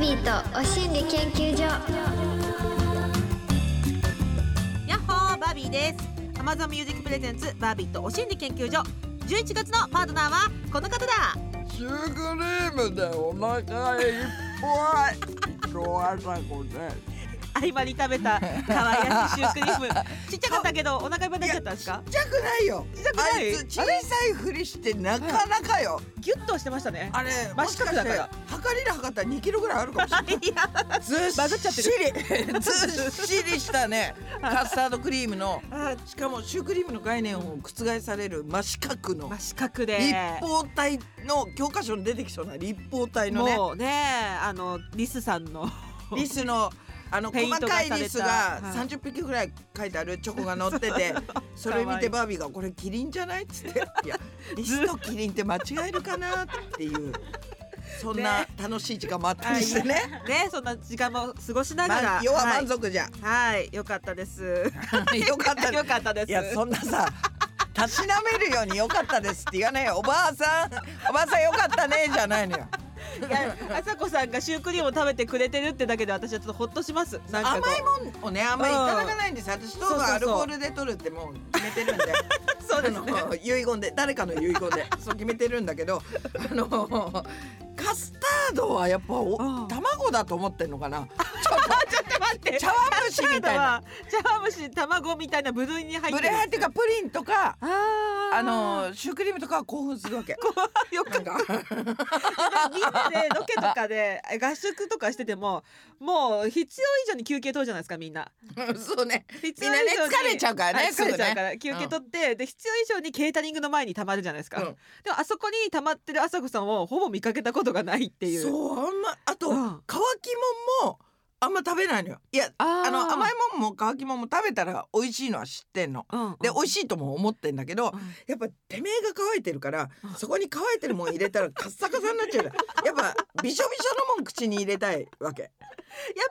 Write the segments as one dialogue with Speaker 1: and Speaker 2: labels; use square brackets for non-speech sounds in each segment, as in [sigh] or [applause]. Speaker 1: ビーとお心理研究所
Speaker 2: やっほーバービーです Amazon Music Presents バービーとお心理研究所11月のパートナーはこの方だ
Speaker 3: シュークリームでお腹いっぱい。伊藤あさこです。
Speaker 2: 合間に食べ [laughs] た可愛らしいシュークリームちっちゃかったけど [laughs] お腹いっぱいになっちゃったんですか
Speaker 3: ちっちゃくないよ。
Speaker 2: ちっちゃくない
Speaker 3: あいつ小さいふりしてなかなかよ。
Speaker 2: ギュッとしてましたね
Speaker 3: あれ、
Speaker 2: 真四角だか
Speaker 3: も
Speaker 2: ら
Speaker 3: しして測りで測ったら2キロぐらいあるかもしれない
Speaker 2: [laughs] や
Speaker 3: い。ずっ
Speaker 2: バズっちゃ
Speaker 3: しり、ずっしりしたね、カスタードクリームの、
Speaker 2: あ
Speaker 3: しかもシュークリームの概念を覆される真四角の
Speaker 2: 真。四角で
Speaker 3: 立方体の教科書に出てきそうな立方体のね。
Speaker 2: もうねあのリスさんの
Speaker 3: リスのあの
Speaker 2: ペイ
Speaker 3: 細
Speaker 2: ントが
Speaker 3: か
Speaker 2: され
Speaker 3: い
Speaker 2: た
Speaker 3: リスが
Speaker 2: はい
Speaker 3: 30匹ぐらい書いてあるチョコが乗
Speaker 2: [laughs]
Speaker 3: っててそれ見てバービーが「これキリンじゃない?」っつって「いやリスとキリンって間違えるかな?」っていうそんな
Speaker 2: ね
Speaker 3: 楽しい時間もあったりしてね。
Speaker 2: [laughs] ねそんな時間も過ごしなが
Speaker 3: ま
Speaker 2: ら
Speaker 3: あ、要は
Speaker 2: はい
Speaker 3: 満足
Speaker 2: [laughs]
Speaker 3: じゃ、
Speaker 2: はい、良かった [laughs] です。
Speaker 3: よかった
Speaker 2: 良かったです。
Speaker 3: いやそんなさたしなめるように「よかったです」って言わないよ「おばあさんおばあさんよかったね」じゃないのよ。
Speaker 2: いやあさこさんがシュークリームを食べてくれてるってだけで私はちょっとほっとします。なんかこ
Speaker 3: 甘いもんをねあんまりいただかないんですよ私糖分アルコールで取るってもう決めてるんで
Speaker 2: [laughs] そうですね
Speaker 3: あの遺言で誰かの遺言
Speaker 2: [laughs]
Speaker 3: でそう決めてるんだけどあのカスタードはやっぱお
Speaker 2: うん
Speaker 3: 卵だと思ってんのかな
Speaker 2: あちょっと待って。
Speaker 3: 茶碗蒸しみたいな
Speaker 2: カスタードは。茶碗蒸し卵みたいな部類に入ってる。
Speaker 3: ブレハっていうかプリンとか
Speaker 2: ああ。
Speaker 3: あのシュークリームとかは興奮する
Speaker 2: [laughs]
Speaker 3: わけ
Speaker 2: よく
Speaker 3: なんか
Speaker 2: みんなでロケとかでえ合宿とかしててももう必要以上に休憩取るじゃないですかみんな。
Speaker 3: [laughs] そうね
Speaker 2: 必
Speaker 3: み
Speaker 2: 要
Speaker 3: ん
Speaker 2: 以
Speaker 3: なね
Speaker 2: 上に
Speaker 3: 疲れちゃうからね
Speaker 2: はい疲れちゃうか
Speaker 3: す
Speaker 2: ら
Speaker 3: ぐね
Speaker 2: 休憩取って、で必要以上にケータリングの前に溜まるじゃないですか、
Speaker 3: うん
Speaker 2: でもあそこに溜まってる朝子さんをほぼ見かけたことがないっていう
Speaker 3: そうあんまあと、
Speaker 2: うん
Speaker 3: 乾きもんもあんま食べないのよいや
Speaker 2: あ
Speaker 3: あの甘い
Speaker 2: い、
Speaker 3: もんも乾きもんも食べたら美味しいのは知ってんの。
Speaker 2: うん、
Speaker 3: で美味しいとも思ってんだけど
Speaker 2: うん
Speaker 3: やっぱてめえが乾いてるから
Speaker 2: うん
Speaker 3: そこに乾いてるもん入れたらカッサカサになっちゃうからやっぱびしょびしょのもん口に入れたいわけ
Speaker 2: やっ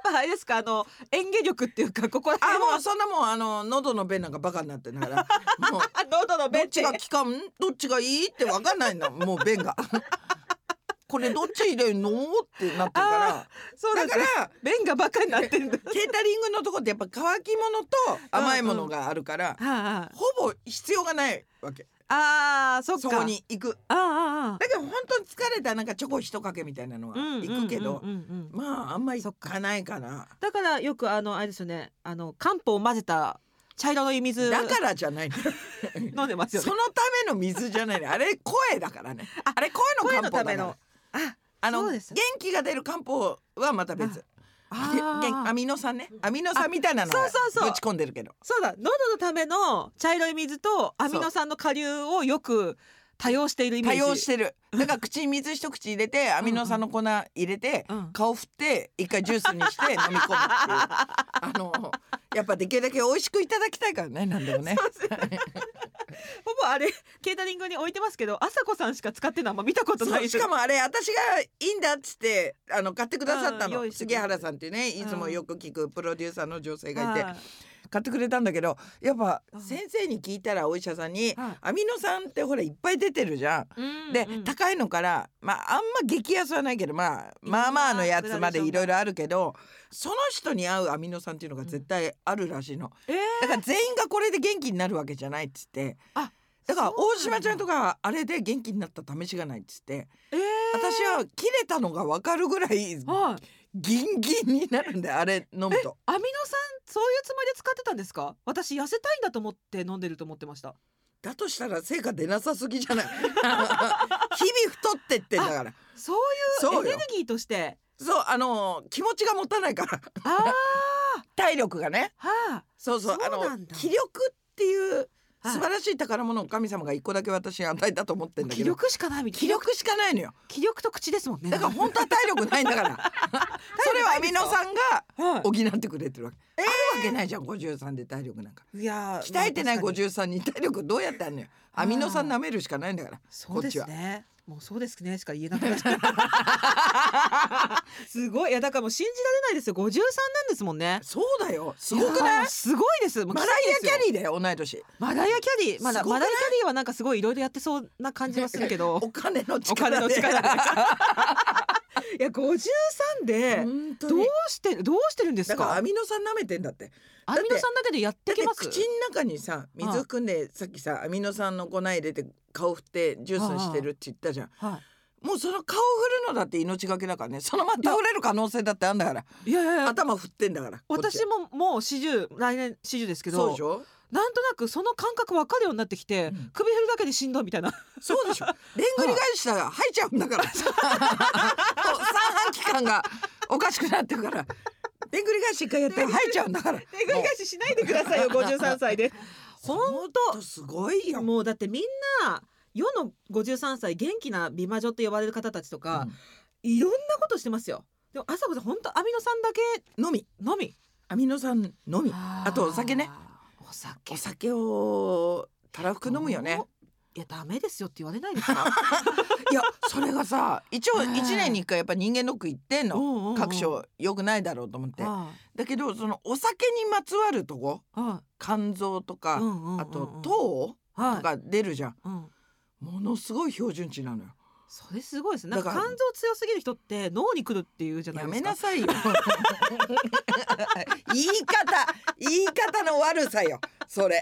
Speaker 2: ぱあれですかあの演技力っていうかここら
Speaker 3: あ
Speaker 2: 辺は
Speaker 3: もうそんなもんあの喉の便なんかバカになってんだ
Speaker 2: [laughs]
Speaker 3: からもう
Speaker 2: あ喉の
Speaker 3: ど
Speaker 2: 弁
Speaker 3: っちが効かんどっちがいいって分かんないんだもう便が [laughs] これどっち入れんのってなってるか
Speaker 2: そう
Speaker 3: ら
Speaker 2: だ
Speaker 3: だか
Speaker 2: から
Speaker 3: ら
Speaker 2: 弁がバカになってんだ
Speaker 3: ケータリングのとこってやっぱ乾き物と甘いものがあるから
Speaker 2: あ
Speaker 3: ほぼ必要がないわけ
Speaker 2: ああそっか
Speaker 3: そこに行く
Speaker 2: ああああ
Speaker 3: だけど本当に疲れたらなんかチョコ一かけみたいなのは
Speaker 2: うん
Speaker 3: 行くけど、
Speaker 2: うんうんうんうん
Speaker 3: まああんまり
Speaker 2: そっ
Speaker 3: 行
Speaker 2: か
Speaker 3: かないかな
Speaker 2: だからよくあのあれですよねあの漢方を混ぜた茶色の湯水
Speaker 3: だからじゃない
Speaker 2: [laughs]
Speaker 3: そ
Speaker 2: 飲んでますよね
Speaker 3: のための水じゃ
Speaker 2: [laughs]
Speaker 3: ないのあれ声だからねあれ声
Speaker 2: 声
Speaker 3: の
Speaker 2: の
Speaker 3: 漢方
Speaker 2: た
Speaker 3: だか
Speaker 2: め
Speaker 3: ら
Speaker 2: のあ
Speaker 3: あの
Speaker 2: そう
Speaker 3: 元
Speaker 2: です
Speaker 3: 気が出る漢方はまた別げ
Speaker 2: あ
Speaker 3: 元ア
Speaker 2: ー
Speaker 3: ミノ酸ねアミノ酸みたいなのを
Speaker 2: あそうそうそう
Speaker 3: ぶち込んでるけど
Speaker 2: そうだ喉のための茶色い水とアミノ酸の下流をよく多用しているイメー
Speaker 3: 多
Speaker 2: ジ
Speaker 3: 用してるだから口に水一口入れてアミノ酸の粉入れて、
Speaker 2: うん
Speaker 3: 顔振って一回ジュースにして飲み込む
Speaker 2: [laughs]
Speaker 3: っていうあのやっぱできるだけ美味しくいただきたいからね何でもね
Speaker 2: ほぼあれケータリングに置いてますけど朝子さんしか使ってるのあんま見たことな
Speaker 3: そう
Speaker 2: い
Speaker 3: しかもあれ私がいいんだっつってあの買ってくださった
Speaker 2: うん用
Speaker 3: の
Speaker 2: 意してく
Speaker 3: 杉
Speaker 2: れて
Speaker 3: 原さんっていうねいつもよく聞くプロデューサーの女性がいて
Speaker 2: はい
Speaker 3: 買ってくれたんだけどやっぱ
Speaker 2: うん
Speaker 3: 先生に聞いたらお医者さんに
Speaker 2: はい
Speaker 3: アミノ酸ってほらいっぱい出てるじゃん。
Speaker 2: うん
Speaker 3: で
Speaker 2: うん
Speaker 3: 高いのからまああんま激安はないけどまあまあまあのやつまでいろいろあるけどその人に合うアミノ酸っていうのが絶対あるらしいの。
Speaker 2: えー
Speaker 3: だから全員がこれで元気になるわけじゃないっつって。
Speaker 2: あ
Speaker 3: だから
Speaker 2: そうなん
Speaker 3: 大
Speaker 2: だ
Speaker 3: 島ちゃんとかあれで元気になった試しがないっつって
Speaker 2: えー
Speaker 3: 私は切れたのが分かるぐらい
Speaker 2: はい
Speaker 3: ギンギンになるんであれ飲む
Speaker 2: [laughs]
Speaker 3: と
Speaker 2: アミノ酸そういうつもりで使ってたんですか私痩せたいんだと思って飲んでると思ってました
Speaker 3: だとしたら成果出なさすぎじゃ
Speaker 2: [laughs]
Speaker 3: ない日々太ってってんだから
Speaker 2: そう
Speaker 3: そ
Speaker 2: いう
Speaker 3: う
Speaker 2: エネ
Speaker 3: よ
Speaker 2: ルギー
Speaker 3: [laughs]
Speaker 2: として
Speaker 3: そうあの気持ちが持たないから
Speaker 2: ああ
Speaker 3: 体力がね
Speaker 2: はあ
Speaker 3: そうそう
Speaker 2: そう
Speaker 3: あ
Speaker 2: な
Speaker 3: の
Speaker 2: んだ
Speaker 3: 気力っていう
Speaker 2: はい
Speaker 3: 素晴らしい宝物を神様が一個だけ私に与えたと思ってんだけ
Speaker 2: 気
Speaker 3: ど
Speaker 2: 力しかないみた
Speaker 3: 気
Speaker 2: いな
Speaker 3: 力しかないのよ
Speaker 2: 気力と口ですもんね
Speaker 3: だから本当は [laughs] 体力ないんだからそれはアミノ酸が
Speaker 2: は
Speaker 3: 補ってくれてるわけ、あるわけないじゃん53で体力なんか
Speaker 2: いいやー
Speaker 3: 鍛えてない
Speaker 2: まあ確かに
Speaker 3: 53に体力どうやってあんのよ
Speaker 2: あー
Speaker 3: アミノ酸舐めるしかないんだから
Speaker 2: そうです
Speaker 3: こっちは
Speaker 2: ねもうそうですねしか言えなくなっちゃった
Speaker 3: [laughs]
Speaker 2: すごいいやだからもう信じられないですよ53なんですもんね
Speaker 3: そうだよすごくない
Speaker 2: やーすごいですもう
Speaker 3: マライア・キャリーだよ同い年
Speaker 2: マライアキャリーまだ
Speaker 3: すごくな
Speaker 2: マ
Speaker 3: い
Speaker 2: ライアキャリーはなんかすごいいろいろやってそうな感じはするけど
Speaker 3: お金の
Speaker 2: お
Speaker 3: 力
Speaker 2: 金の力で [laughs] いやや53で
Speaker 3: [laughs] 本当
Speaker 2: どう
Speaker 3: に
Speaker 2: してどうしてるんです
Speaker 3: だから
Speaker 2: か
Speaker 3: アミノ酸舐めてんだって
Speaker 2: アミノ酸だけでやっ
Speaker 3: だ
Speaker 2: て
Speaker 3: っ
Speaker 2: き
Speaker 3: て
Speaker 2: ます
Speaker 3: 口の中にさ水汲んでさっきさアミノ酸の粉入れて顔振ってジュースにしてるって言ったじゃん
Speaker 2: は
Speaker 3: もうその顔振るのだって命がけだからねそのまま倒れる可能性だってあんだから
Speaker 2: い、いやいやいや
Speaker 3: 頭振ってんだからこっち
Speaker 2: 私ももう40来年40ですけ
Speaker 3: そうで
Speaker 2: ど
Speaker 3: しょ
Speaker 2: なんとなくその感覚分かるようになってき
Speaker 3: う
Speaker 2: て、
Speaker 3: ん
Speaker 2: 首振るだけでしんどい
Speaker 3: [laughs]
Speaker 2: みたいな
Speaker 3: そうでしょ。でんぐり返したら吐いちゃうんだから。三半規管がおかしくなってるから。でんぐり返し一回やったら吐いちゃうんだから。
Speaker 2: 手繰り返ししないでください [laughs] よ53歳で本
Speaker 3: もっとすごい
Speaker 2: 当
Speaker 3: よ。
Speaker 2: もうだってみんな世の53歳元気な美魔女と呼ばれる方たちとか、いろんなことしてますよでも朝子さん本当アミノ酸だけ
Speaker 3: のみ
Speaker 2: のみ
Speaker 3: アミノ酸のみ。ーあとお酒ね
Speaker 2: お酒
Speaker 3: お酒をたらふく飲むよね。
Speaker 2: いやダメですよって言われない
Speaker 3: [laughs]
Speaker 2: ですか
Speaker 3: いやそれがさ一応
Speaker 2: ええ
Speaker 3: 一年に一回やっぱ人間ドック行ってんの。各
Speaker 2: っ
Speaker 3: 所良くないだろうと思って。
Speaker 2: あ
Speaker 3: だけどそのお酒にまつわるとこ
Speaker 2: あ
Speaker 3: 肝臓と
Speaker 2: あ
Speaker 3: か
Speaker 2: ん
Speaker 3: あと糖
Speaker 2: は
Speaker 3: とか出るじゃん。
Speaker 2: いうん
Speaker 3: ものすごい標準値なのよ。
Speaker 2: それすごいですねなんか
Speaker 3: だから
Speaker 2: 肝臓強すぎる人って脳に来るっていうじゃな
Speaker 3: や
Speaker 2: い
Speaker 3: め
Speaker 2: ですか
Speaker 3: なさいよ。 [laughs] 言い方、言い方の悪さよ。それ。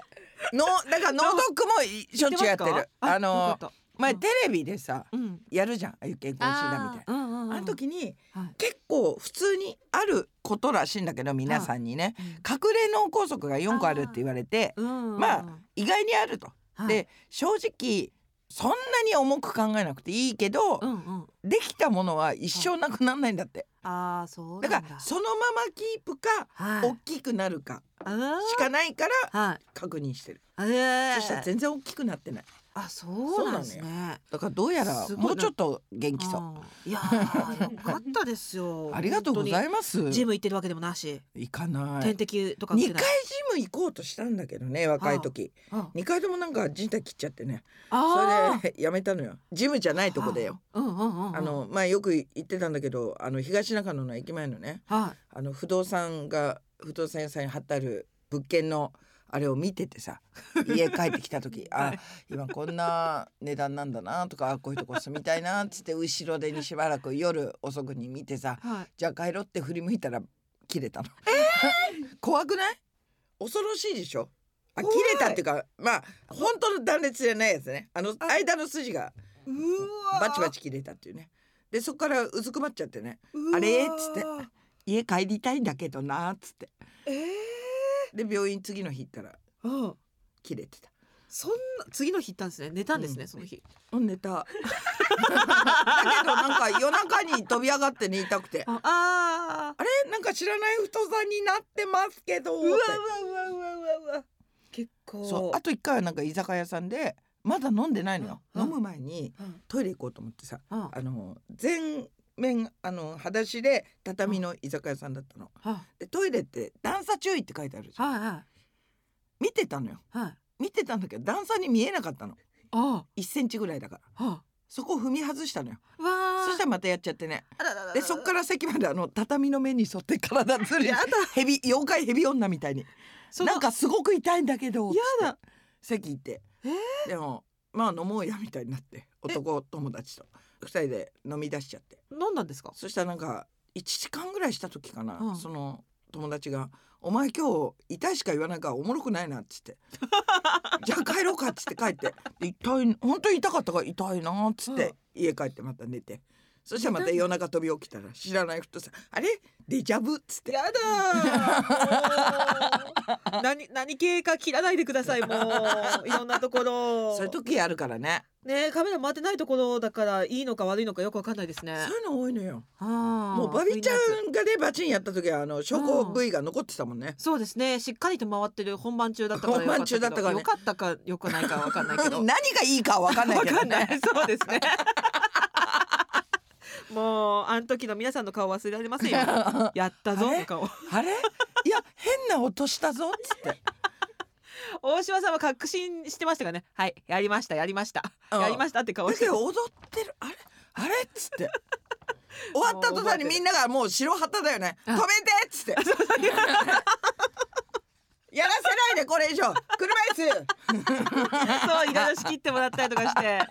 Speaker 3: の、だから、脳ドックもいしょっちゅうやって
Speaker 2: 知
Speaker 3: る
Speaker 2: ますか。
Speaker 3: あ
Speaker 2: よかっ
Speaker 3: の、
Speaker 2: た
Speaker 3: 前テレビでさ、
Speaker 2: うん
Speaker 3: やるじゃん。ああいう健康診断みたいな。
Speaker 2: うんうんうん
Speaker 3: あの時に
Speaker 2: はい
Speaker 3: 結構普通にあることらしいんだけど皆さんにね
Speaker 2: うん
Speaker 3: 隠れ脳梗塞が4個あるって言われて
Speaker 2: うん
Speaker 3: ま意外にあると。
Speaker 2: はい
Speaker 3: で正直そんなに重く考えなくていいけど
Speaker 2: うんうん
Speaker 3: できたものは一生なくならないんだって。
Speaker 2: ああそうな
Speaker 3: だ
Speaker 2: んだ
Speaker 3: からそのままキープか
Speaker 2: はい
Speaker 3: 大きくなるか
Speaker 2: あ
Speaker 3: しかないから
Speaker 2: ーはい
Speaker 3: 確認してる、
Speaker 2: ええ
Speaker 3: そしたら全然大きくなってない
Speaker 2: あそうなんです
Speaker 3: そう
Speaker 2: ね
Speaker 3: だからどうやら
Speaker 2: すごいな
Speaker 3: もうちょっと元気そう
Speaker 2: うんいやーよかったです
Speaker 3: [laughs]
Speaker 2: よ
Speaker 3: ありがとうございます
Speaker 2: 本当にジム行ってるわけでもなし
Speaker 3: 行かない
Speaker 2: 点滴とか打って
Speaker 3: 二
Speaker 2: な
Speaker 3: 回
Speaker 2: い
Speaker 3: ジム行こうとしたんだけどね若い時
Speaker 2: あ
Speaker 3: 二回ともなんか人体切っちゃってね
Speaker 2: あ
Speaker 3: それでやめたのよジムじゃないとこでよ
Speaker 2: うんうんうんうん
Speaker 3: あのまあよく行ってたんだけどあの東中野の駅前のね
Speaker 2: はい
Speaker 3: あの不動産が不動産屋さんに貼ってある物件のあれを見ててさ家帰ってきた時あ今こんな値段なんだなとかあこういうとこ住みたいなっつって後ろ手にしばらく夜遅くに見てさ
Speaker 2: はい
Speaker 3: じゃあ帰ろうって振り向いたら切れたの。怖くない恐ろしいでしょあ切
Speaker 2: 怖い
Speaker 3: れたっていうかまあ本当の断裂じゃないやつねあの間の筋が
Speaker 2: うわ
Speaker 3: バチバチ切れたっていうねでそこからうずくまっちゃってね
Speaker 2: うわ
Speaker 3: あれっつって家帰りたいんだけどなっつって
Speaker 2: ええ
Speaker 3: で病院次の日行ったら
Speaker 2: うん
Speaker 3: 切れてた
Speaker 2: そんな次の日行ったんですね寝たんですね、
Speaker 3: うん
Speaker 2: その日
Speaker 3: 寝ただけどなんか夜中に飛び上がって寝たくて
Speaker 2: ああ
Speaker 3: あれなんか知らない太さになってますけど
Speaker 2: うわ
Speaker 3: って
Speaker 2: うわうわうわうわうわ結構
Speaker 3: そうあと一回はなんか居酒屋さんでまだ飲んでないのよ
Speaker 2: うん
Speaker 3: 飲む前に
Speaker 2: うん
Speaker 3: トイレ行こうと思ってさ
Speaker 2: あ
Speaker 3: あの全面あの裸足で畳の居酒屋さんだったの
Speaker 2: あはい
Speaker 3: でトイレって段差注意って書いてあるじゃん
Speaker 2: は
Speaker 3: 見てたのよ
Speaker 2: いはい
Speaker 3: 見てたんだけど段差に見えなかったの
Speaker 2: あ
Speaker 3: 1センチぐらいだから
Speaker 2: あは
Speaker 3: そこを踏み外したのよ
Speaker 2: あわ
Speaker 3: そし
Speaker 2: あ
Speaker 3: たらまたやっちゃってね
Speaker 2: あらららら
Speaker 3: でそっから席まであの畳の目に沿って体ずりヘビ妖怪ヘビ女みたいに
Speaker 2: その
Speaker 3: なんかすごく痛いんだけど
Speaker 2: やだ
Speaker 3: つって席行って、でもまあ飲もうやみたいになって男友達と二人で飲み出しちゃって
Speaker 2: 飲んだんですか
Speaker 3: そしたらなんか1時間ぐらいした時かな、
Speaker 2: うん
Speaker 3: その友達が「お前今日痛いしか言わないからおもろくないな」っつ
Speaker 2: [laughs]
Speaker 3: って「じゃあ帰ろうか」っつって帰って「で痛い本当に痛かったから痛いな」っつって、家帰ってまた寝てそしたらまた夜中飛び起きたら知らない太さ「あれデジャブ」っつって
Speaker 2: やだー何何系か切らないでくださいもういろんなところ
Speaker 3: そういう時あるからね
Speaker 2: ねカメラ回ってないところだからいいのか悪いのかよくわかんないですね
Speaker 3: そういうの多いのよ
Speaker 2: も
Speaker 3: もうバビちゃんがねバチンやった時はあの証拠
Speaker 2: うん
Speaker 3: 部位が残ってたもんね。
Speaker 2: そうですねしっかりと回ってる本番中だったから
Speaker 3: 本番中だったからね
Speaker 2: よかったかよくないかわかん [laughs] ないけ
Speaker 3: [laughs]
Speaker 2: ど
Speaker 3: 何がいいかは分かんない
Speaker 2: わ
Speaker 3: けど
Speaker 2: かんない
Speaker 3: ね。
Speaker 2: そうです [laughs] ねもうあの時の皆さんの顔忘れられませんよ [laughs] やったぞ
Speaker 3: あれ
Speaker 2: の顔
Speaker 3: [laughs] あれいや変な音したぞっつっ
Speaker 2: [laughs]
Speaker 3: て。
Speaker 2: 大島さんは確信してましたからねはいやりましたやりました
Speaker 3: うん
Speaker 2: やりましたって顔
Speaker 3: だ
Speaker 2: し
Speaker 3: け
Speaker 2: て
Speaker 3: ど踊ってるあれあれっつ
Speaker 2: [laughs]
Speaker 3: って終わった途端にみんながもう白旗だよね止めてっつって
Speaker 2: [laughs]
Speaker 3: やらせないでこれ以上車椅子
Speaker 2: [laughs] そういろいろ仕切ってもらったりとかして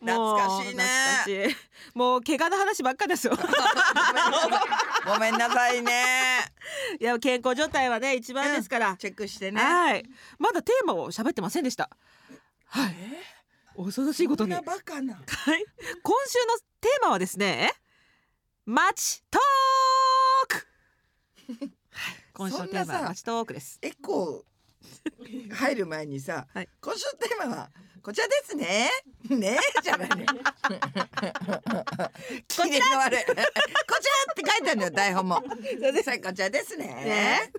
Speaker 3: 懐かしいね
Speaker 2: 懐かしいもう怪我の話ばっかですよ [laughs]
Speaker 3: ごめんなさいね
Speaker 2: いや健康状態はね一番ですから、
Speaker 3: チェックしてね
Speaker 2: はいまだテーマを喋ってませんでしたはい恐ろしいこと
Speaker 3: そんな
Speaker 2: にはい
Speaker 3: バカな
Speaker 2: 今週のテーマはですね街トークはい今週のテーマ
Speaker 3: そんな
Speaker 2: は
Speaker 3: さ
Speaker 2: 街トークです
Speaker 3: エコー入る前にさ、
Speaker 2: はい
Speaker 3: 今週のテーマはこちらですね。ねえじゃないのよ。
Speaker 2: [laughs]
Speaker 3: 機嫌の悪い。こちらって書いてあるのよ台本も。さあこちらですね。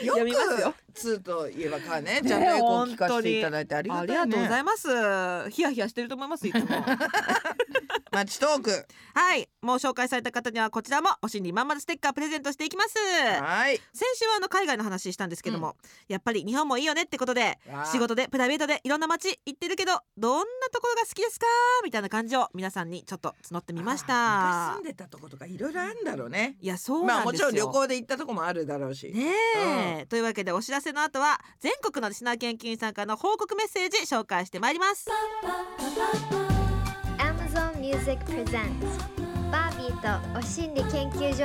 Speaker 3: よ
Speaker 2: 読みますよ
Speaker 3: くツーといえばかねちゃんとエコー聞かせていただいてあり
Speaker 2: あ
Speaker 3: が
Speaker 2: り
Speaker 3: た
Speaker 2: が
Speaker 3: い
Speaker 2: とうござ
Speaker 3: ね。
Speaker 2: いますヒヤヒヤしてると思います
Speaker 3: [laughs]
Speaker 2: いつも
Speaker 3: マッチトーク。
Speaker 2: はいもう紹介された方にはこちらもお心理まんまるステッカープレゼントしていきます
Speaker 3: はい。
Speaker 2: 先週はあの海外の話したんですけども、やっぱり日本もいいよねってことで
Speaker 3: わあ
Speaker 2: 仕事でプライベートでいろんな街行ってるけどどんなところが好きですかみたいな感じを皆さんにちょっと募ってみまし
Speaker 3: あー昔
Speaker 2: た
Speaker 3: 住んでたとことかいろいろあるんだろうね。
Speaker 2: いやそう
Speaker 3: まあ
Speaker 2: なん
Speaker 3: も
Speaker 2: で
Speaker 3: ち
Speaker 2: すよ、
Speaker 3: ろん旅行で行ったとこもあるだろうし。
Speaker 2: ねえ、というわけでお知らせの後は全国のリスナー研究員さんからの報告メッセージ紹介してまいります
Speaker 1: Amazon Music Presents バービーとお心理研究所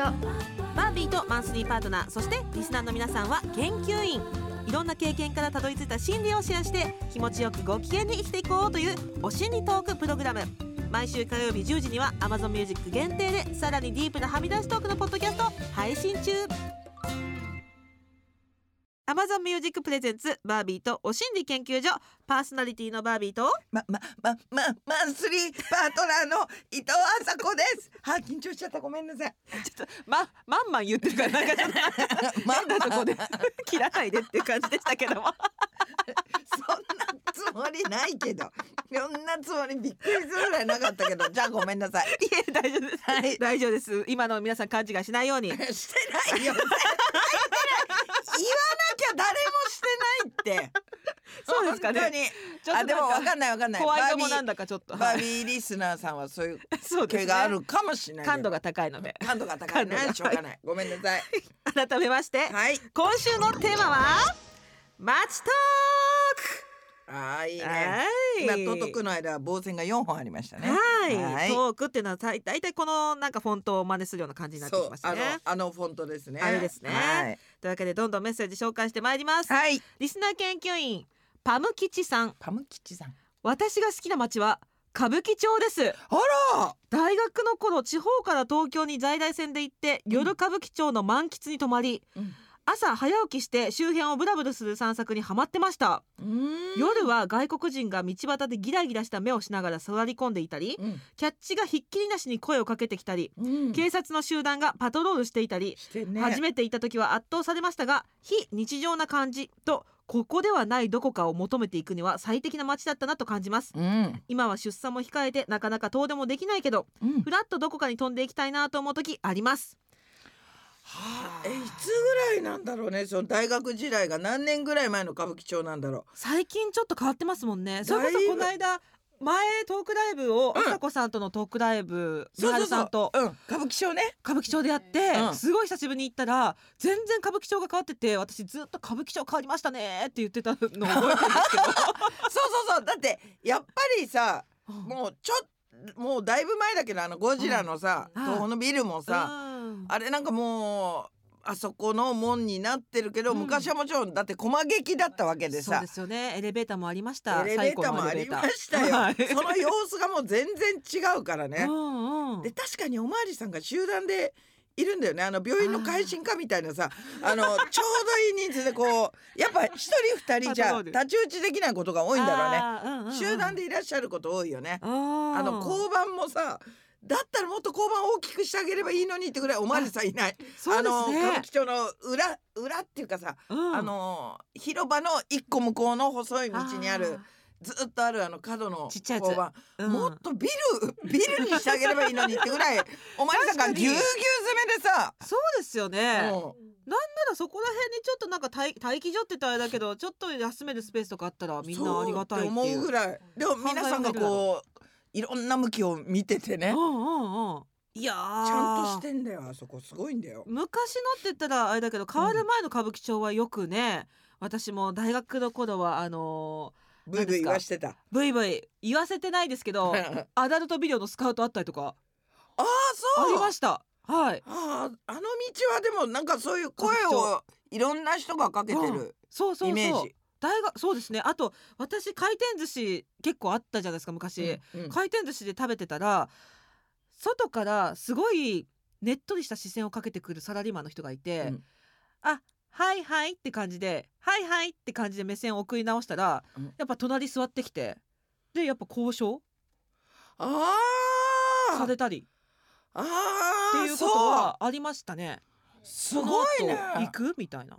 Speaker 2: バービーとマンスリーパートナーそしてリスナーの皆さんは研究員いろんな経験からたどり着いた心理をシェアして気持ちよくご機嫌に生きていこうというお心理トークプログラム毎週火曜日10時には Amazon Music 限定でさらにディープなはみ出しトークのポッドキャストを配信中 Amazon Music プレゼンツバービーとお心理研究所パーソナリティのバービーと
Speaker 3: ま、ま、ま、ま、マンスリーパートナーの伊藤麻子です。 [laughs] はあ、緊張しちゃった。ごめんな
Speaker 2: [laughs]
Speaker 3: さい。
Speaker 2: ま、まんまん言ってるからなんかちょっと
Speaker 3: まんまん
Speaker 2: 変なとこ [laughs] で切らないでっていう感じでしたけども
Speaker 3: [laughs] そんなつもりないけど。そんなつもりびっくりするぐらいなかったけど、じゃあごめんなさい。
Speaker 2: いえ [laughs] 大丈夫です、
Speaker 3: はい
Speaker 2: 大丈夫です今の皆さん勘違いしないよ
Speaker 3: [laughs]
Speaker 2: うに
Speaker 3: してないよ。絶対してない言わなきゃ誰もしてないって。
Speaker 2: そうですかね
Speaker 3: 本当に
Speaker 2: ちょっ
Speaker 3: あ、
Speaker 2: と
Speaker 3: でもわ
Speaker 2: なんか
Speaker 3: かんないわかんない。
Speaker 2: 怖いとも
Speaker 3: バ
Speaker 2: な
Speaker 3: ー
Speaker 2: ん
Speaker 3: ビ
Speaker 2: だかちょっと
Speaker 3: ーバー
Speaker 2: はい
Speaker 3: ビーリスナーさんはそういう
Speaker 2: [laughs] そうです
Speaker 3: 毛
Speaker 2: ね
Speaker 3: があるかもしれないけど。
Speaker 2: 感度が高いので
Speaker 3: 感度が高いね
Speaker 2: 感度が。
Speaker 3: しょうがない。ごめんなさい。
Speaker 2: 改めまして、
Speaker 3: はい。
Speaker 2: 今週のテーマは街ト
Speaker 3: ああいい
Speaker 2: ーク
Speaker 3: ね。
Speaker 2: は
Speaker 3: 今
Speaker 2: い
Speaker 3: トトクの間は棒線が四本ありましたね。
Speaker 2: はい、
Speaker 3: はい
Speaker 2: トークっていうのはだいたいこのなんかフォントを真似するような感じになって
Speaker 3: そ
Speaker 2: き
Speaker 3: う
Speaker 2: まし
Speaker 3: あの
Speaker 2: たね
Speaker 3: あのフォントですね。
Speaker 2: あれですね
Speaker 3: はい。
Speaker 2: というわけでどんどんメッセージ紹介してまいります、
Speaker 3: はい、
Speaker 2: リスナー研究員パム吉さん
Speaker 3: パムキチさん。
Speaker 2: 私が好きな街は歌舞伎町です
Speaker 3: あら、
Speaker 2: 大学の頃地方から東京に在来線で行って
Speaker 3: ん
Speaker 2: 夜歌舞伎町の満喫に泊まり、
Speaker 3: うん
Speaker 2: 朝早起きして周辺をブラブラする散策にはまってました、
Speaker 3: うん
Speaker 2: 夜は外国人が道端でギラギラした目をしながら座り込んでいたり、
Speaker 3: うん、
Speaker 2: キャッチがひっきりなしに声をかけてきたり、
Speaker 3: うん、
Speaker 2: 警察の集団がパトロールしていたり、
Speaker 3: してね。
Speaker 2: 初めて行った時は圧倒されましたが非日常な感じとここではないどこかを求めていくには最適な街だったなと感じます
Speaker 3: うん、
Speaker 2: 今は出産も控えてなかなか遠出もできないけど
Speaker 3: うん
Speaker 2: ふ、らっとどこかに飛んでいきたいなと思う時あります。
Speaker 3: え、いつぐらいなんだろうね。その大学時代が何年ぐらい前の歌舞伎町なんだろ
Speaker 2: 最近ちょっと変わってますもんね。
Speaker 3: いぶ
Speaker 2: それこそこの間前トークライブを
Speaker 3: うん
Speaker 2: 朝子さんとのトークライブ、
Speaker 3: う。
Speaker 2: みはるさんと
Speaker 3: うん、歌舞伎町
Speaker 2: [laughs]
Speaker 3: ね。
Speaker 2: 歌舞伎町でやって、
Speaker 3: うん
Speaker 2: すごい久しぶりに行ったら全然歌舞伎町が変わってて私ずっと歌舞伎町変わりましたねって言ってたのを覚えてるんですけ [laughs]
Speaker 3: そうそうそう。だってやっぱりさ、
Speaker 2: ど。
Speaker 3: もうちょもうだいぶ前だけどあのゴジラのさ、
Speaker 2: うん
Speaker 3: 東宝のビルもさ、
Speaker 2: うん
Speaker 3: あれなんかもうあそこの門になってるけど、
Speaker 2: うん
Speaker 3: 昔はもちろんだって駒劇だったわけで
Speaker 2: そう
Speaker 3: さ
Speaker 2: ですよねエレベーターもありました
Speaker 3: エレベーターもありましたよ、
Speaker 2: 最古のエレベーター
Speaker 3: その様子がもう全然違うからね
Speaker 2: う。んうん
Speaker 3: で確かにおまわりさんが集団でいるんだよねあの病院の会心かみたいなさあのちょうどいい人数でこうやっぱ一人二人じゃ
Speaker 2: パトロール
Speaker 3: 太刀打ちできないことが多いんだろうね。
Speaker 2: あーうんうんうん
Speaker 3: 集団でいらっしゃること多いよね。
Speaker 2: あ
Speaker 3: あ
Speaker 2: ー
Speaker 3: の交番もさだったらもっと交番大きくしてあげればいいのにってぐらいおまわりさんいない。
Speaker 2: そうですね
Speaker 3: あの歌舞伎町の裏裏っていうかさ、
Speaker 2: うん
Speaker 3: あの広場の一個向こうの細い道にあるずっとあるあの角の
Speaker 2: ちっちゃいやつ
Speaker 3: 交番、
Speaker 2: あーうん
Speaker 3: もっとビルビルにしてあげればいいのにってぐ
Speaker 2: [laughs]
Speaker 3: らいお前さんがぎゅうぎゅう詰
Speaker 2: そうですよね。
Speaker 3: めでさ、
Speaker 2: なん
Speaker 3: も
Speaker 2: ならそこら辺にちょっとなんか待待機所って言ったらあれだけど、ちょっと休めるスペースとかあったら
Speaker 3: う
Speaker 2: みんなありがたいって
Speaker 3: そうって
Speaker 2: い
Speaker 3: 思う
Speaker 2: う。
Speaker 3: ぐらいでも皆さんがこういろんな向きを見ててね
Speaker 2: うんうんうん。いや
Speaker 3: ちゃんとし
Speaker 2: して
Speaker 3: てんだよあそこすごいんだよ。
Speaker 2: 昔のって言ったらあれだけど変わる前の歌舞伎町はよくね、私も大学の頃はあのー
Speaker 3: ブイブイ言わしてた
Speaker 2: ブイブイ言わせてないですけど
Speaker 3: [laughs] あ
Speaker 2: アダルトビデオのスカウトあったりとか
Speaker 3: あ
Speaker 2: あ
Speaker 3: そう
Speaker 2: りましたはい
Speaker 3: あーあの道はでもなんかそういう声をいろんな人がかけてる
Speaker 2: そうそう
Speaker 3: イメ
Speaker 2: そう
Speaker 3: ー
Speaker 2: 大学そうですねあと私回転寿司結構あったじゃないですか昔、
Speaker 3: ジ、うん
Speaker 2: 回転寿司で食べてたら外からすごいねっとりした視線をかけてくるサラリーマンの人がいて、
Speaker 3: うん
Speaker 2: あはいはいって感じではいはいって感じで目線を送り直したら、
Speaker 3: うん
Speaker 2: やっぱ隣座ってきてでやっぱ交渉
Speaker 3: あ
Speaker 2: さ
Speaker 3: ー
Speaker 2: れたり
Speaker 3: あ
Speaker 2: って
Speaker 3: ー
Speaker 2: いうことはありましたね。
Speaker 3: そうすごいね
Speaker 2: この後行くみたいな。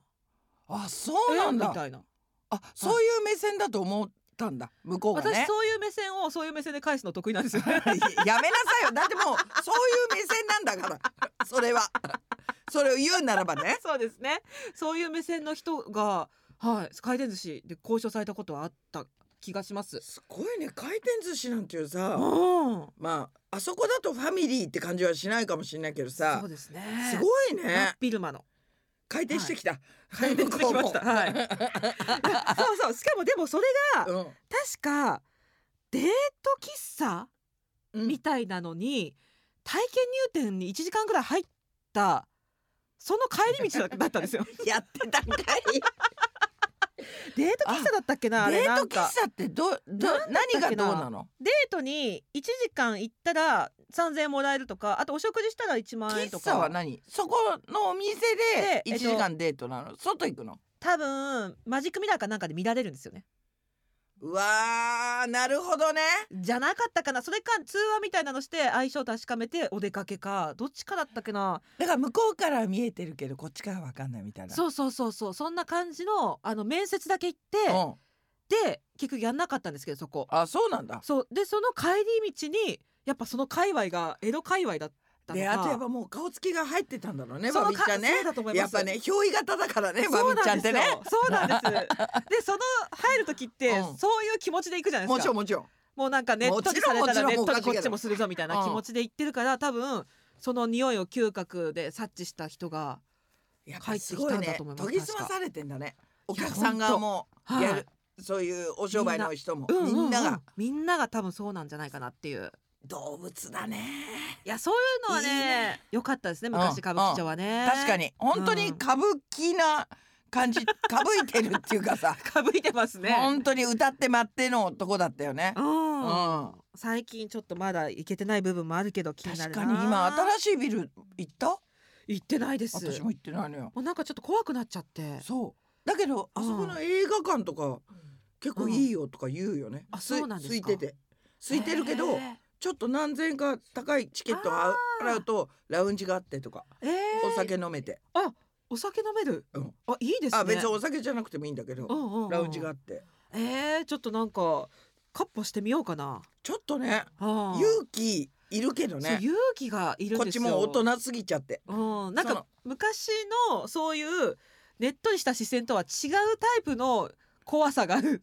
Speaker 3: あそうなん
Speaker 2: えみ
Speaker 3: だ
Speaker 2: たいな。
Speaker 3: あそういう目線だと思ったんだ向こうが
Speaker 2: 私
Speaker 3: ね
Speaker 2: そういう目線をそういう目線で返すの得意なんですよ
Speaker 3: [laughs]
Speaker 2: ね。
Speaker 3: やめなさいよだってもうそういう目線なんだからそれはそれを言うならばね
Speaker 2: そうですね。そういう目線の人が、はい、回転寿司で交渉されたことはあった気がします。
Speaker 3: すごいね回転寿司なんていうさ
Speaker 2: うん。
Speaker 3: まああそこだとファミリーって感じはしないかもしれないけどさ
Speaker 2: そうですね。
Speaker 3: す
Speaker 2: い。
Speaker 3: ごいね
Speaker 2: ビルマの。
Speaker 3: 回転してきた、
Speaker 2: 回転してきました。はい。そうそう。しかもでもそれが
Speaker 3: [laughs] うん
Speaker 2: 確かデート喫茶
Speaker 3: うん
Speaker 2: みたいなのに体験入店に1時間ぐらい入った。その帰り道だだった
Speaker 3: [laughs]
Speaker 2: んですよ。
Speaker 3: やってたんか [laughs] い
Speaker 2: デート喫茶だったっけなあれ
Speaker 3: デー
Speaker 2: な
Speaker 3: ト
Speaker 2: んか
Speaker 3: 喫茶ってどど
Speaker 2: なん
Speaker 3: 何
Speaker 2: だっ
Speaker 3: が
Speaker 2: けな
Speaker 3: どうなの
Speaker 2: デートに1時間行ったら3,000円もらえるとかあとお食事したら1万円と
Speaker 3: 喫
Speaker 2: か
Speaker 3: 茶は何そこのお店で
Speaker 2: でえ
Speaker 3: 1
Speaker 2: っと
Speaker 3: 時間デートなの、外行くの
Speaker 2: 多分マジックミラーかなんかで見られるんですよね
Speaker 3: うわーなるほどね
Speaker 2: じゃなかったかなそれか通話みたいなのして相性確かめてお出かけかどっちかだったっけな
Speaker 3: だから向こうからは見えてるけどこっちからは分かんないみたいなう、
Speaker 2: そうそうそうそうそんな感じのあの面接だけ行って
Speaker 3: ん、
Speaker 2: で結局やんなかったんですけどそこ
Speaker 3: あそうなんだ
Speaker 2: そうでその帰り道にやっぱその界隈が江戸界隈だったの
Speaker 3: で
Speaker 2: か
Speaker 3: あとやっぱもう顔つきが入ってたんだろうね
Speaker 2: そ
Speaker 3: バ
Speaker 2: の
Speaker 3: ビ
Speaker 2: か
Speaker 3: ちゃんね
Speaker 2: そうだと思います
Speaker 3: やっぱね憑依型だからねバ
Speaker 2: そう
Speaker 3: ビち
Speaker 2: な
Speaker 3: ゃ
Speaker 2: ん
Speaker 3: んっ
Speaker 2: です
Speaker 3: て
Speaker 2: よ
Speaker 3: ね
Speaker 2: そうなん
Speaker 3: [laughs]
Speaker 2: です。で、その入る時って、
Speaker 3: うん
Speaker 2: そういう気持ちで行くじゃないで
Speaker 3: も
Speaker 2: す
Speaker 3: ちろん
Speaker 2: か。も
Speaker 3: もちろん
Speaker 2: うなんかネットにされ
Speaker 3: も
Speaker 2: たらネ
Speaker 3: ちろ
Speaker 2: ッ
Speaker 3: んもちろ
Speaker 2: ト
Speaker 3: ん
Speaker 2: にこっちもするぞみたいな気持ちで行ってるから、多分その匂いを嗅覚で察知した人が、
Speaker 3: やっぱすご
Speaker 2: 帰
Speaker 3: い
Speaker 2: ってきたん
Speaker 3: ね
Speaker 2: だと思います
Speaker 3: 研ぎ澄まされてんだねお客さんがも
Speaker 2: ほん
Speaker 3: う
Speaker 2: と
Speaker 3: やるそういうお商売の人も
Speaker 2: ううう
Speaker 3: みんなが
Speaker 2: みんなが多分そうなんじゃないかなっていう。
Speaker 3: 動物だね
Speaker 2: いやそういうのはね
Speaker 3: いいね
Speaker 2: 良かったですね。
Speaker 3: うん
Speaker 2: 昔歌舞伎町はね。
Speaker 3: 確か。に本当に歌舞伎な感じ [laughs] 歌舞いてるっていうかさ
Speaker 2: かぶいてますね。
Speaker 3: 本当に歌って待っての男だったよね
Speaker 2: う
Speaker 3: うん
Speaker 2: ん。
Speaker 3: 確
Speaker 2: 最近ちょっとまだ行けてない部分もあるけど気になるな。
Speaker 3: かに今新しいビル行った
Speaker 2: 行ってないです。
Speaker 3: 私も行ってないのよ
Speaker 2: もうなんかちょっと怖くなっちゃって。
Speaker 3: そうだけどあそこの映画館とか結構いいよとか言うよね
Speaker 2: あ
Speaker 3: す
Speaker 2: そうなんですか
Speaker 3: 空いてて空いてるけどちょっと何千円か高いチケットを
Speaker 2: あー
Speaker 3: 払うとラウンジがあってとか
Speaker 2: えー
Speaker 3: お酒飲めて
Speaker 2: お酒飲める、
Speaker 3: うん
Speaker 2: あいいですね
Speaker 3: あ別にお酒じゃなくてもいいんだけど
Speaker 2: うんうんうん
Speaker 3: ラウンジがあって
Speaker 2: えー、ちょっとなんかカッポしてみようかな
Speaker 3: ちょっとね
Speaker 2: あー
Speaker 3: 勇気いるけど
Speaker 2: そう
Speaker 3: ね
Speaker 2: 勇気がいるん
Speaker 3: こっ
Speaker 2: です
Speaker 3: ち
Speaker 2: よ
Speaker 3: もう大人すぎちゃって
Speaker 2: うん、なん
Speaker 3: そ
Speaker 2: か
Speaker 3: の
Speaker 2: 昔のそういうねっとりした視線とは違うタイプの怖さが
Speaker 3: [laughs]
Speaker 2: ある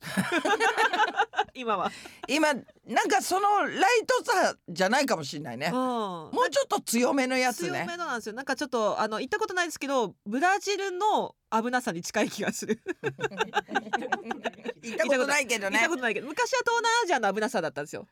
Speaker 2: 今は、
Speaker 3: 今なんかそのライトさじゃないかもしれないね
Speaker 2: うん、も
Speaker 3: もうちょっと強めのやつ
Speaker 2: 強
Speaker 3: ね
Speaker 2: めのなんですよなんかちょっとあの行ったことないですけどブラジルの危なさに近い気がする、
Speaker 3: [laughs] 行ったことないけど
Speaker 2: 行っ
Speaker 3: ね
Speaker 2: たことないけど昔は東南アジアの危なさだったんですよ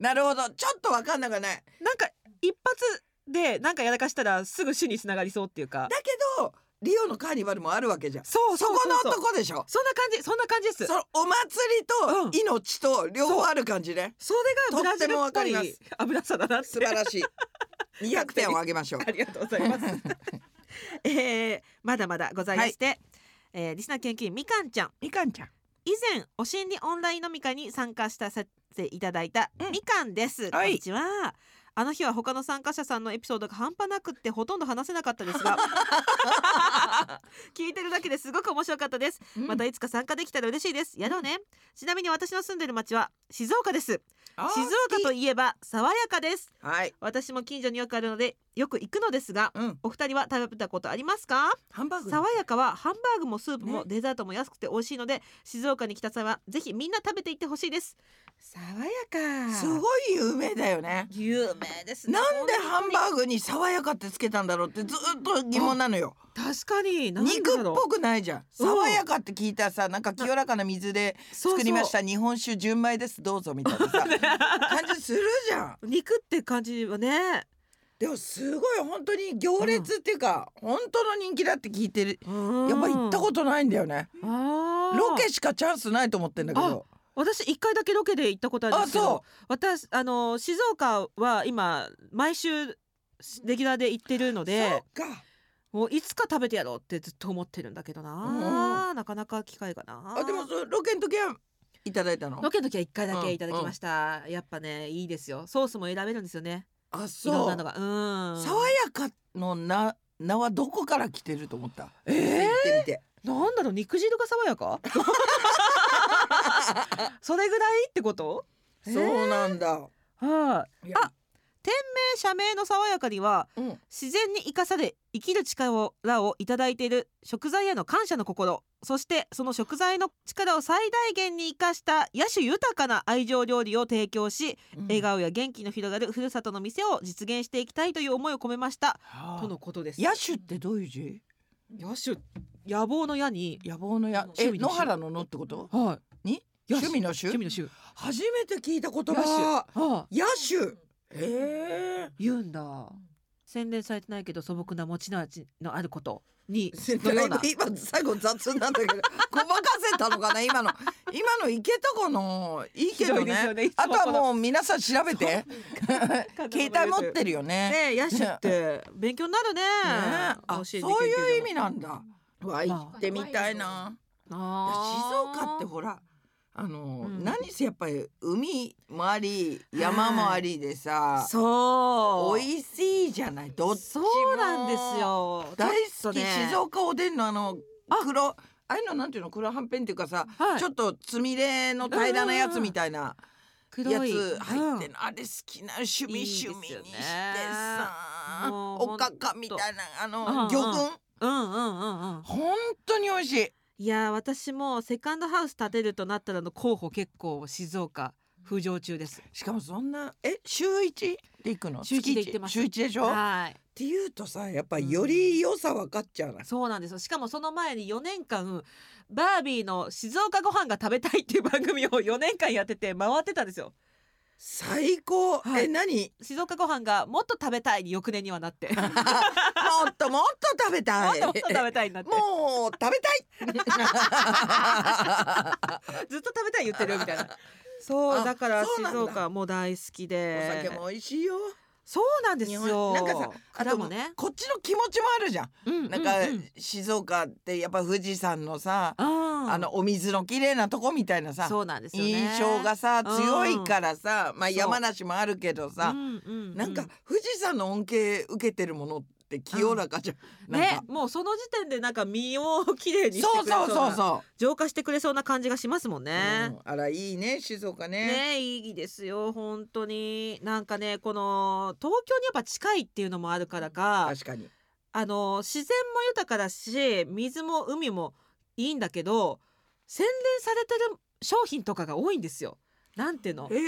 Speaker 3: なるほどちょっとわかんなくはない
Speaker 2: なんか一発でなんかやらかしたらすぐ死につながりそうっていうか
Speaker 3: だけどリオのカーニバルもあるわけじゃん
Speaker 2: そう
Speaker 3: そ
Speaker 2: そう
Speaker 3: こ
Speaker 2: そうそ
Speaker 3: の
Speaker 2: う
Speaker 3: とこでしょ
Speaker 2: そんな感じそんな感じです
Speaker 3: そのお
Speaker 2: うん
Speaker 3: 祭りと命と両方ある感じね
Speaker 2: それがブラジルっぽ
Speaker 3: とってもわか
Speaker 2: い
Speaker 3: り
Speaker 2: 危なさだなって
Speaker 3: 素晴ら [laughs] しい200点をあげましょう
Speaker 2: ありがとうござい
Speaker 3: [laughs]
Speaker 2: ますえー、まだまだございまして、えーリスナー研究員みかんちゃん
Speaker 3: みかんちゃん
Speaker 2: 以前お心理オンライン飲み会に参加したさせていただいた
Speaker 3: うん
Speaker 2: みかんです、こん
Speaker 3: はい
Speaker 2: にちはあの日は他の参加者さんのエピソードが半端なくってほとんど話せなかったです
Speaker 3: [laughs]
Speaker 2: が聞いてるだけですごく面白かったですまたいつか参加できたら嬉しいですやろうねちなみに私の住んでる町は静岡です
Speaker 3: あー
Speaker 2: 静岡といえば爽やかです
Speaker 3: はい
Speaker 2: 私も近所によくあるのでよく行くのですが
Speaker 3: うん
Speaker 2: お二人は食べたことありますか
Speaker 3: ハンバーグ
Speaker 2: 爽やかはハンバーグもスープ
Speaker 3: ね
Speaker 2: もデザートも安くて美味しいので、静岡に来た際はぜひみんな食べていってほしいです爽やか
Speaker 3: すごい有名だよね
Speaker 2: 有名ですね
Speaker 3: なんでハンバーグに爽やかってつけたんだろうってずっと疑問なのよ
Speaker 2: 確かになんで
Speaker 3: 肉
Speaker 2: だ
Speaker 3: っ
Speaker 2: ろう
Speaker 3: ぽくないじゃん爽やかって聞いたらさなんか清らかな水で作りまし
Speaker 2: そう
Speaker 3: た日本酒純米ですどうぞみたいなさ感じするじゃん
Speaker 2: そう肉って感じはね、
Speaker 3: でもすごい本当に行列っていうか、本当の人気だって聞いてる
Speaker 2: うん
Speaker 3: やっぱ行ったことないんだよね
Speaker 2: あー
Speaker 3: ロケしかチャンスないと思ってんだけど
Speaker 2: 私一回だけロケで行ったことあるん
Speaker 3: あ
Speaker 2: ですけど
Speaker 3: そ
Speaker 2: 私あの静岡は今毎週レギュラーで行ってるの
Speaker 3: うそう
Speaker 2: で
Speaker 3: か
Speaker 2: もういつか食べてやろうってずっと思ってるんだけどな、なかなか機会がな
Speaker 3: あでもそのロケの時はいただいたの
Speaker 2: ロケの時は一回だ
Speaker 3: うん
Speaker 2: けいただきました、やっぱねいいですよソースも選べるんですよね
Speaker 3: あ
Speaker 2: いろん
Speaker 3: そ
Speaker 2: な
Speaker 3: う
Speaker 2: のがうん
Speaker 3: 爽やかのな名はどこから来てると思った
Speaker 2: え
Speaker 3: 言
Speaker 2: ー
Speaker 3: ってみて
Speaker 2: なんだろう肉汁が爽
Speaker 3: [laughs]
Speaker 2: やかそれぐらいってことえー
Speaker 3: そうなんだ
Speaker 2: はい
Speaker 3: や
Speaker 2: あ社名の爽やかには
Speaker 3: うん
Speaker 2: 自然に生かされ生きる力をいただいている食材への感謝の心そしてその食材の力を最大限に生かした野趣豊かな愛情料理を提供し、笑顔や元気の広がるふるさとの店を実現していきたいという思いを込めました
Speaker 3: はあ
Speaker 2: とのことです
Speaker 3: 野手ってどういう字
Speaker 2: 野手野望の野に
Speaker 3: 野望の野
Speaker 2: 趣
Speaker 3: え
Speaker 2: 味
Speaker 3: 野
Speaker 2: の趣
Speaker 3: 原の野ってこと
Speaker 2: は
Speaker 3: に
Speaker 2: 野手
Speaker 3: 趣味の種
Speaker 2: 趣味の種
Speaker 3: 初めて聞いた言葉
Speaker 2: はあ
Speaker 3: 野手え
Speaker 2: 言うんだ洗練されてないけど素朴な持ち味のあることに
Speaker 3: え
Speaker 2: の
Speaker 3: [laughs]
Speaker 2: ような
Speaker 3: 今最後雑なんだけどごまかせたのかな今の今のいけたかないいけど
Speaker 2: ひどいですよ
Speaker 3: ね
Speaker 2: ねいつも
Speaker 3: あ
Speaker 2: ことの
Speaker 3: はもう皆さん調べて
Speaker 2: [laughs]
Speaker 3: 携帯持ってるよねね
Speaker 2: ねえ野手って勉強になるね
Speaker 3: えあ
Speaker 2: 教
Speaker 3: そ
Speaker 2: えて研
Speaker 3: う
Speaker 2: 究所も
Speaker 3: いう意味なんだわ行
Speaker 2: まあ
Speaker 3: ってみたいな静
Speaker 2: あー
Speaker 3: 岡ってほらあの、
Speaker 2: うん
Speaker 3: 何せやっぱり海もあり山もありでさ、
Speaker 2: そう
Speaker 3: 美味しいじゃないどっち
Speaker 2: そ
Speaker 3: も
Speaker 2: うなんですよ
Speaker 3: 大
Speaker 2: ち
Speaker 3: 好
Speaker 2: ょっと
Speaker 3: き、
Speaker 2: ね
Speaker 3: 静岡おでんのあの黒ああいうのなんていうの黒はんぺんっていうかさ、
Speaker 2: はい
Speaker 3: ちょっとつみれの平らなやつみたいなや
Speaker 2: 黒い
Speaker 3: つ入って
Speaker 2: うん
Speaker 3: る、あれ好きな趣味
Speaker 2: いいです
Speaker 3: 趣
Speaker 2: よね
Speaker 3: 味にしてさ
Speaker 2: もう
Speaker 3: おかかみたいなあ
Speaker 2: うんう
Speaker 3: の
Speaker 2: ん
Speaker 3: 魚群
Speaker 2: うんうんうんうん
Speaker 3: 本当に美味しい
Speaker 2: いやー私もセカンドハウス建てるとなったらの候補結構静岡浮上中です
Speaker 3: しかもそんなえ週一で行くの
Speaker 2: 週一で
Speaker 3: 月
Speaker 2: 行ってます
Speaker 3: 週一でしょっ
Speaker 2: はい
Speaker 3: ていうとさやっぱより良さ分かっちゃうな、
Speaker 2: そうなんですよしかもその前に4年間バービーの静岡ご飯が食べたいっていう番組を4年間やってて回ってたんですよ
Speaker 3: 最高、
Speaker 2: はい
Speaker 3: え何
Speaker 2: 静岡ご飯がもっと食べたいに翌年にはなってもっ
Speaker 3: もっともっと食べたい
Speaker 2: ともっと食べたいになって
Speaker 3: もう食べ
Speaker 2: [laughs]
Speaker 3: たい
Speaker 2: ずっと食べたい言ってるよみたい
Speaker 3: [laughs]
Speaker 2: な。そ
Speaker 3: あ
Speaker 2: うだから
Speaker 3: そうなん
Speaker 2: 静
Speaker 3: だ
Speaker 2: 岡も大好き
Speaker 3: お
Speaker 2: で
Speaker 3: 酒も美味しいよ
Speaker 2: そうなんです
Speaker 3: 日
Speaker 2: よ
Speaker 3: 本なんかさあ
Speaker 2: 蔵
Speaker 3: と
Speaker 2: もね
Speaker 3: こっちの気持ちもあるじゃんなんか
Speaker 2: う
Speaker 3: 静岡ってやっぱ富士山のさ
Speaker 2: うん
Speaker 3: あのお水の綺麗なとこみたいなさ
Speaker 2: そうなんですよね
Speaker 3: 印象がさ
Speaker 2: うん
Speaker 3: 強いからさまあ
Speaker 2: そう
Speaker 3: 山梨もあるけどさ
Speaker 2: うんうう
Speaker 3: なんか富士山の恩恵受けてるものって清らかじゃんな
Speaker 2: ね
Speaker 3: んか
Speaker 2: もうその時点でなんか身をきれいにして
Speaker 3: そう
Speaker 2: くれそう
Speaker 3: そ
Speaker 2: な
Speaker 3: うそうそ
Speaker 2: 浄化してくれそうな感じがしますもん
Speaker 3: う
Speaker 2: ね
Speaker 3: うんあらいいね静岡ね
Speaker 2: ねいいですよ本当になんかねこの東京にやっぱ近いっていうのもあるからか
Speaker 3: 確かに
Speaker 2: あの自然も豊かだし水も海もいいんだけど洗練されてる商品とかが多いんですよ。なんていうの
Speaker 3: え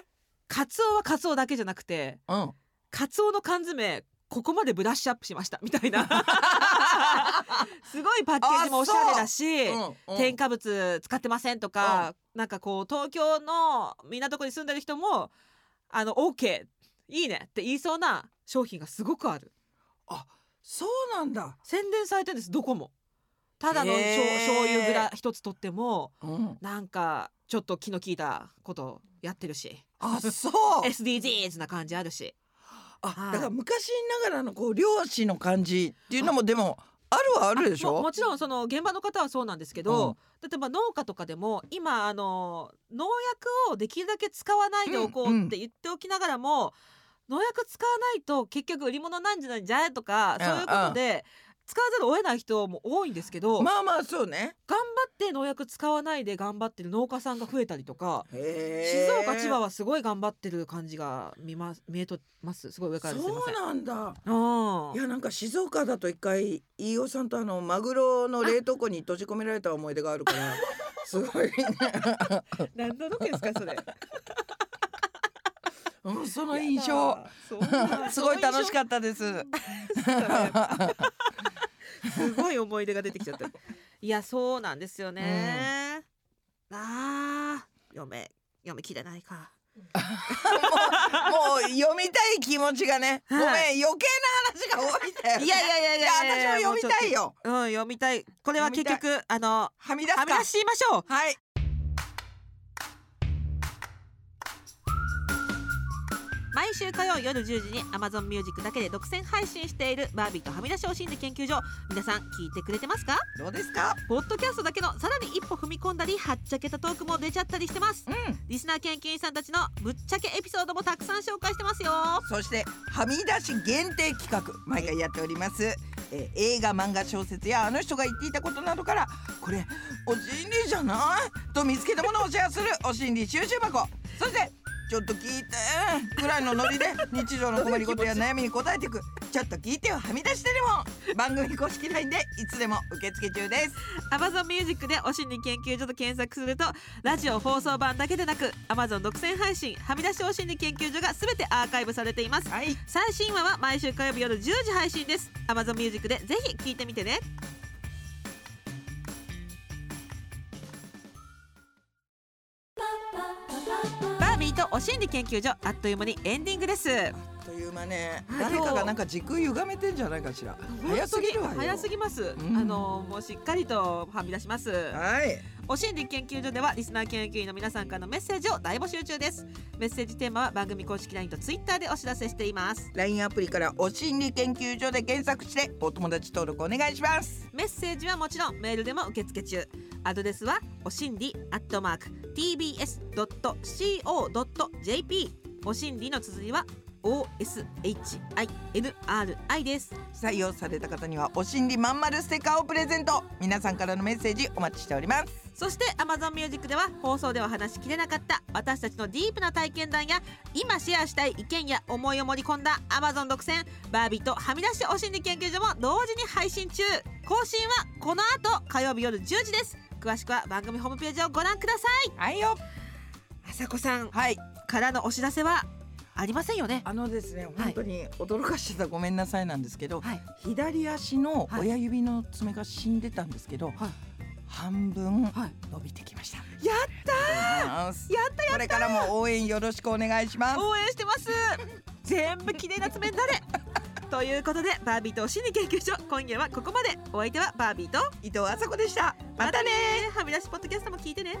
Speaker 3: え
Speaker 2: カツオはカツオだけじゃなくて
Speaker 3: うん
Speaker 2: カツオの缶詰ここまでブラッシュアップしましたみた
Speaker 3: [laughs]
Speaker 2: いなすごいパッケージもおしゃれだし、
Speaker 3: うんうん
Speaker 2: 添加物使ってませんとか、なんかこう東京の港区に住んでる人もあの OK いいねって言いそうな商品がすごくある。
Speaker 3: そうなんだ。
Speaker 2: 宣伝されてるんですどこもただのしょう
Speaker 3: へー
Speaker 2: 醤油ぐら一つとっても
Speaker 3: うん、
Speaker 2: なんかちょっと気の利いたことやってるし [laughs]
Speaker 3: あ、そう。
Speaker 2: SDGs な感じあるし
Speaker 3: あ
Speaker 2: は、い
Speaker 3: だから昔ながらのこう漁師の感じっていうのもでもあるはあるでし
Speaker 2: も
Speaker 3: ょ
Speaker 2: も。ちろんその現場の方はそうなんですけ
Speaker 3: うん
Speaker 2: ど、例えば農家とかでも今あの農薬をできるだけ使わないでおこ
Speaker 3: うんう
Speaker 2: うんって言っておきながらも、農薬使わないと結局売り物なんじゃないんじゃないとか
Speaker 3: うん
Speaker 2: そういうことで、使わざるを得ない人も多いんですけど、
Speaker 3: まあまあそうね
Speaker 2: 頑張って農薬使わないで頑張ってる農家さんが増えたりとか、
Speaker 3: 静
Speaker 2: 静岡千葉はすごい頑張ってる感じが見ます見えとますすごい上からですいま
Speaker 3: そ
Speaker 2: せ
Speaker 3: うんなんだ
Speaker 2: あ
Speaker 3: いやなんか静岡だと一回飯尾さんとあのマグロの冷凍庫に閉じ込められた思い出があるから [laughs] すごいね、
Speaker 2: あ何のロケですかそれ
Speaker 3: うん、その印象
Speaker 2: そうなん
Speaker 3: [laughs]
Speaker 2: だ
Speaker 3: すごい楽しかったです。
Speaker 2: すごい思い出が出てきちゃった。いや、そうなんですよね。ああ、嫁、嫁切れないか。
Speaker 3: もう読みたい気持ちがね、ごめん
Speaker 2: は
Speaker 3: 余計な話が多いんだよね。
Speaker 2: いやいやいやい
Speaker 3: い
Speaker 2: やいや
Speaker 3: や私も読みたい。
Speaker 2: も
Speaker 3: よ。
Speaker 2: うちょっとうん、読みたい。これは結
Speaker 3: 読
Speaker 2: 局、あの、
Speaker 3: はみ出すか
Speaker 2: はみ出していましょう。
Speaker 3: はい。
Speaker 2: 毎週火曜夜10時に Amazon Music だけで独占配信しているバービーとはみ出しお心理研究所。皆さん聞いてくれてますか
Speaker 3: どうですか？
Speaker 2: ポッドキャストだけのさらに一歩踏み込んだり、はっちゃけたトークも出ちゃったりしてます。
Speaker 3: うん。
Speaker 2: リスナー研究員さんたちのぶっちゃけエピソードもたくさん紹介してますよ。
Speaker 3: そしてはみ出し限定企画毎回やっております。えー映画漫画小説やあの人が言っていたことなどからこれお心理じゃないと見つけたものをシェアするお心理収集箱そしてちょっと聞いてぐらいのノリで日常の困りごとや悩みに答えていくちょっと聞いてよはみ出してでも番組公式 LINE でいつでも受付中です
Speaker 2: アマゾンミュージックでお心理研究所と検索するとラジオ放送版だけでなくアマゾン独占配信はみ出しお心理研究所がすべてアーカイブされています
Speaker 3: はい
Speaker 2: 最新話は毎週火曜日夜10時配信ですアマゾンミュージックでぜひ聞いてみてねバービーとお心理研究所あっという間にエンディングです
Speaker 3: あっという間ね
Speaker 2: はい
Speaker 3: 誰かがなんか時空歪めてんじゃないかしら早すぎるわよ
Speaker 2: 早すぎます、
Speaker 3: ん
Speaker 2: あのもうしっかりとはみ出します
Speaker 3: はい
Speaker 2: お心理研究所ではリスナー研究員の皆さんからのメッセージを大募集中ですメッセージテーマは番組公式 LINE と Twitter でお知らせしています
Speaker 3: LINE アプリからお心理研究所で検索してお友達登録お願いします
Speaker 2: メッセージはもちろんメールでも受付中アドレスはお心理アットマーク tbs.co.jp お心理の綴りは oshinri です
Speaker 3: 採用された方にはお心理まんまるステッカーをプレゼント皆さんからのメッセージお待ちしております
Speaker 2: そして Amazon Music では放送では話しきれなかった私たちのディープな体験談や今シェアしたい意見や思いを盛り込んだ Amazon 独占バービーとはみ出しお心理研究所も同時に配信中更新はこの後火曜日夜10時です詳しくは番組ホームページをご覧ください
Speaker 3: はいよ
Speaker 2: あさこさん
Speaker 3: はい
Speaker 2: からのお知らせはありませんよね
Speaker 3: あのですね本当に驚かしてたらごめんなさいなんですけど、
Speaker 2: はい
Speaker 3: 左足の親指の爪が死んでたんですけど、
Speaker 2: はい
Speaker 3: 半分
Speaker 2: はい
Speaker 3: 伸びてきました、
Speaker 2: や
Speaker 3: やったやったこれからも応援よろしくお願いします
Speaker 2: 応援してます全部綺麗な爪
Speaker 3: [laughs]
Speaker 2: になれということでバービーとお心理研究所今夜はここまでお相手はバービーと
Speaker 3: 伊藤麻子でしたまたね
Speaker 2: はみ出しポッドキャストも聞いてね